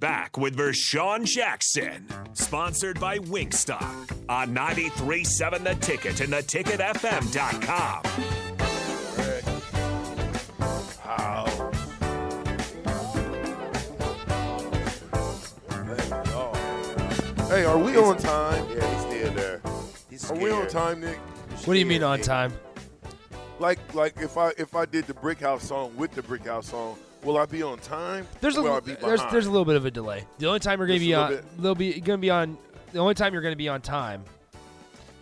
Back with Vershawn Jackson, sponsored by Wingstop on 937 The Ticket and theticketfm.com. How? Thank y'all. Hey, are we on time? Yeah, he's still there. He's Are we on scared. time, Nick? He's What do you mean scared, on Nick. time? Like, like if I if I did the Brick House song with the Brick House song, will I be on time? There's a or will I l- be there's behind? there's a little bit of a delay. The only time you're going to Just be a on little bit. they'll be going to be on the only time you're going to be on time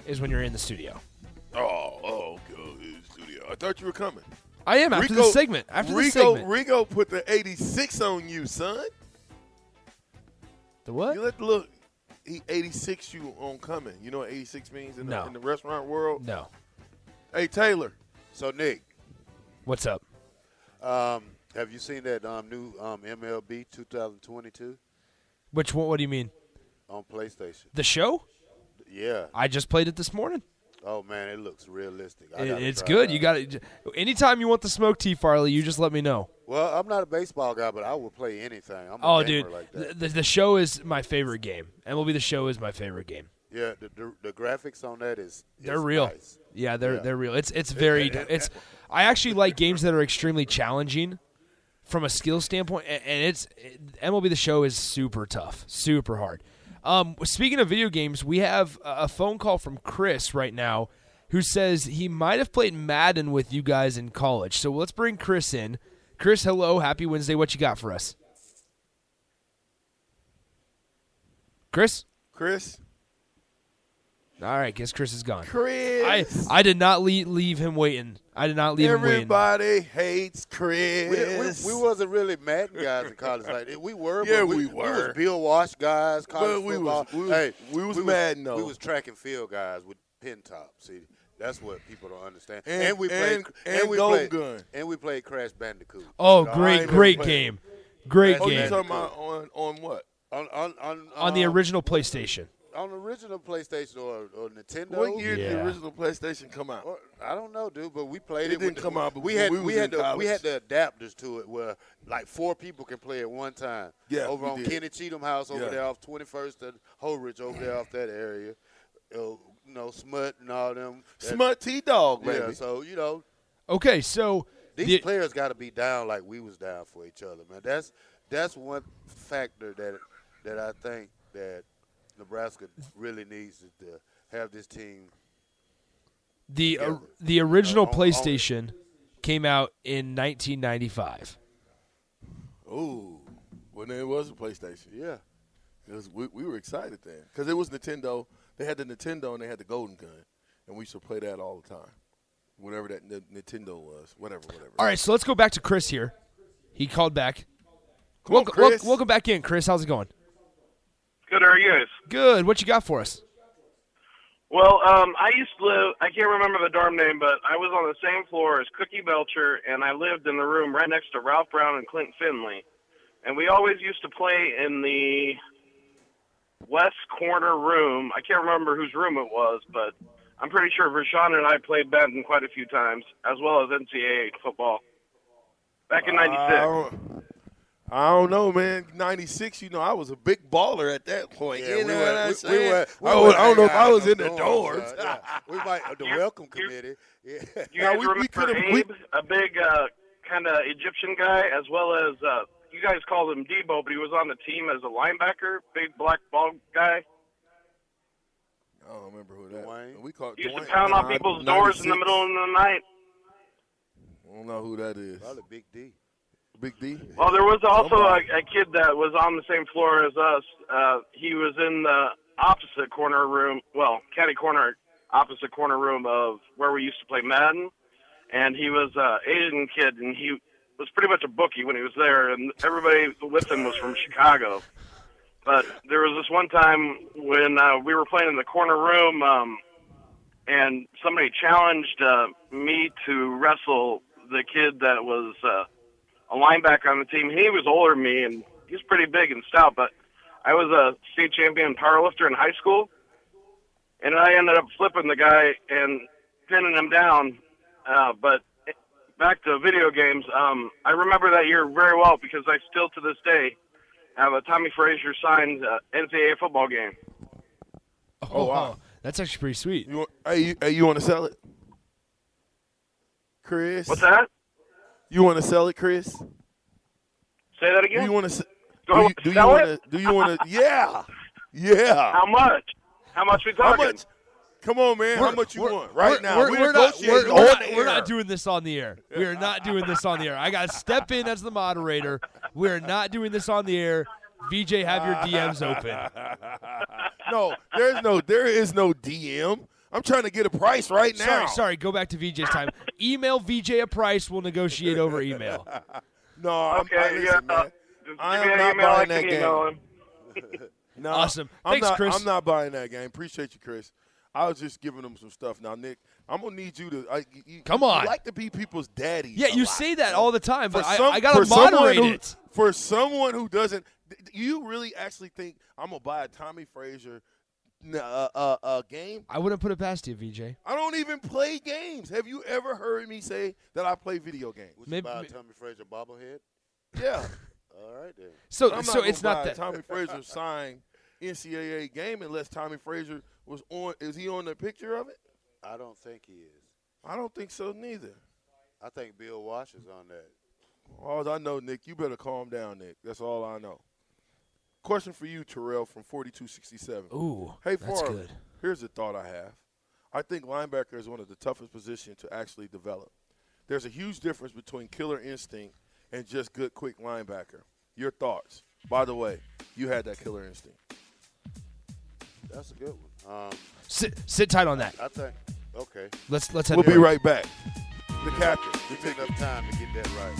is when you're in the studio. Oh, oh, go to the studio. I thought you were coming. I am after the segment. After the Rico, segment. Rico put the 86 on you, son. the what? You let the look. He 86 you on coming. You know what 86 means in, No. the, in the restaurant world? No. Hey, Taylor. So, Nick, What's up? Um, have you seen that um, new um, MLB 2022 Which one what do you mean? on PlayStation? The show? Yeah. I just played it this morning. Oh man, it looks realistic. I It- gotta it's try good. it You out. got it. Anytime you want the smoke tea, Farley, you just let me know. Well, I'm not a baseball guy, but I will play anything. I'm a Oh, gamer dude, like that. the, the, the show is my favorite game. MLB the show is my favorite game. yeah, the, the, the graphics on that is They're is real. nice. Yeah, they're they're real. It's it's very it's. I actually like games that are extremely challenging from a skill standpoint, a- and it's MLB the Show is super tough, super hard. Um, speaking of video games, we have a a phone call from Chris right now, who says he might have played Madden with you guys in college. So let's bring Chris in. Chris, hello, happy Wednesday. What you got for us, Chris? Chris. All right, guess Chris is gone. I, Chris. I did not leave, leave him waiting. I did not leave him waiting. Everybody hates We, we, Chris. we wasn't really Madden guys in college. Like that. we were. Yeah, but we we, were. was Bill Wash guys. College But we football. was- we was- hey, we was Madden, though. We was track and field guys with pin tops. See, that's what people don't understand. And- we played. and- and we Gold played, Gun. And we played Crash Bandicoot. Oh, No, I great, ain't great never played. game. Great oh, you game. talking about on, on what? On on on, On the um, original PlayStation. on the original PlayStation or, or Nintendo. What year did Yeah. the original PlayStation come out? Or- I don't know, dude, but we played It it. with didn't the- come out We before had we we was had in the, we had college. the adapters to it where like four people can play at one time. Yeah, over we on did. Kenny Cheatham House over Yeah. there off Twenty First and Holdridge over there off that area. Uh, you know, Smut and all them. That- Smut T Dog, yeah. baby. So you know, Okay, so these the- players got to be down like we was down for each other, man. That's that's one factor that that I think that Nebraska really needs is to have this team the Yeah. uh, the original Oh, No, all- all- PlayStation came out in 1995. Ooh, when it was a PlayStation. Yeah, because we, we were excited then because it was Nintendo. They had the Nintendo and they had the Golden Gun, and we used to play that all the time. Whatever that N- Nintendo was, whatever, whatever. All right, so let's go back to Chris here. He called back. Come on, Welcome, Chris. wel- welcome back in, Chris. How's it going? Good, how are you guys? Good. What you got for us? Well, um, I used to live, I can't remember the dorm name, but I was on the same floor as Cookie Belcher, and I lived in the room right next to Ralph Brown and Clint Finley. And we always used to play in the west corner room. I can't remember whose room it was, but I'm pretty sure Vershawn and I played Benton quite a few times, as well as NCAA football. Back in I '96. don't, I don't know, man. '96, you know, I was a big baller at that point. you Yeah, we know were- what I'm we- we saying? were- we I, were was, I don't know if hanging out I was in in the the dorms, doors. uh, yeah. we might the You- welcome you- committee. Yeah. You Now, guys we- we remember could've- we- Abe, a big uh, kind of Egyptian guy, as well as uh, you guys called him Debo, but he was on the team as a linebacker, big black bald guy. I don't remember who that. Dwayne? We called Used Dwayne. to pound on Nah, people's doors in the 96. middle of the night. I don't know who that is. Probably Big D. Big D. Well, there was also a, Somebody. a kid that was on the same floor as us. Uh, he was in the opposite corner room, well, caddy corner, opposite corner room of where we used to play Madden, and he was uh, Asian kid, and he was pretty much a bookie when he was there, and everybody with him was from Chicago. But there was this one time when uh, we were playing in the corner room, um, and somebody challenged uh, me to wrestle the kid that was. Uh, a linebacker on the team. He was older than me, and he was pretty big and stout. But I was a state champion powerlifter in high school, and I ended up flipping the guy and pinning him down. Uh, but back to video games, um, I remember that year very well because I still to this day have a Tommy Frazier signed uh, NCAA football game. Oh, wow. that's actually pretty sweet. You want, hey, you, hey, you want to sell it, Chris? What's that? You want to sell it, Chris? Say that Do again. you want to? Do I Do you, want to do you sell want to? it? Do you want to? Yeah, yeah. How much? How much we How talking? much? Come on, man. How We're- much you we're- want right we're- now? We're, We we're not, negotiate we're, on we're not- the we're not air. doing this on the air. We are not doing this on the air. I got to step in as the moderator. We are not doing this on the air. VJ, have your DMs open. No, there's no, there is no DM. I'm trying to get a price right now. Sorry, sorry. Go back to VJ's time. Email VJ a price. We'll negotiate over email. No, I'm, Okay, I, listen, yeah. uh, man. just I give me am an not email. I buying can that email game. him. No, Awesome. I'm Thanks, not, Chris. I'm not buying that game. Appreciate you, Chris. I was just giving them some stuff. Now, Nick, I'm gonna need you to. I, you- you, Come you on. like to be people's daddy. Yeah, a you lot. say that all the time, but I- some- I, got to for someone moderate who- it. For someone who doesn't, th- th- you really actually think I'm gonna buy a Tommy Frazier n- uh, uh, uh, game? I wouldn't put it past you, VJ. I don't even play games. Have you ever heard me say that I play video games? Would Maybe- you buy a may- Tommy Frazier bobblehead? Yeah, All right then. So, I'm not so gonna it's not buy a that. Tommy Frazier signed NCAA game unless Tommy Frazier was on. Is he on the picture of it? I don't think he is. I don't think so neither. I think Bill Wash is on that. All I know, Nick, you better calm down, Nick. That's all I know. Question for you, Terrell, from 4267. Ooh, Hey, that's Favre, good. here's a thought I have. I think linebacker is one of the toughest positions to actually develop. There's a huge difference between killer instinct and just good, quick linebacker. Your thoughts. By the way, you had that killer instinct. That's a good one. Um, Sit, sit tight on that. I think. Okay, Let's let's head. We'll to be right break. back. The captain. we took enough time to get that right.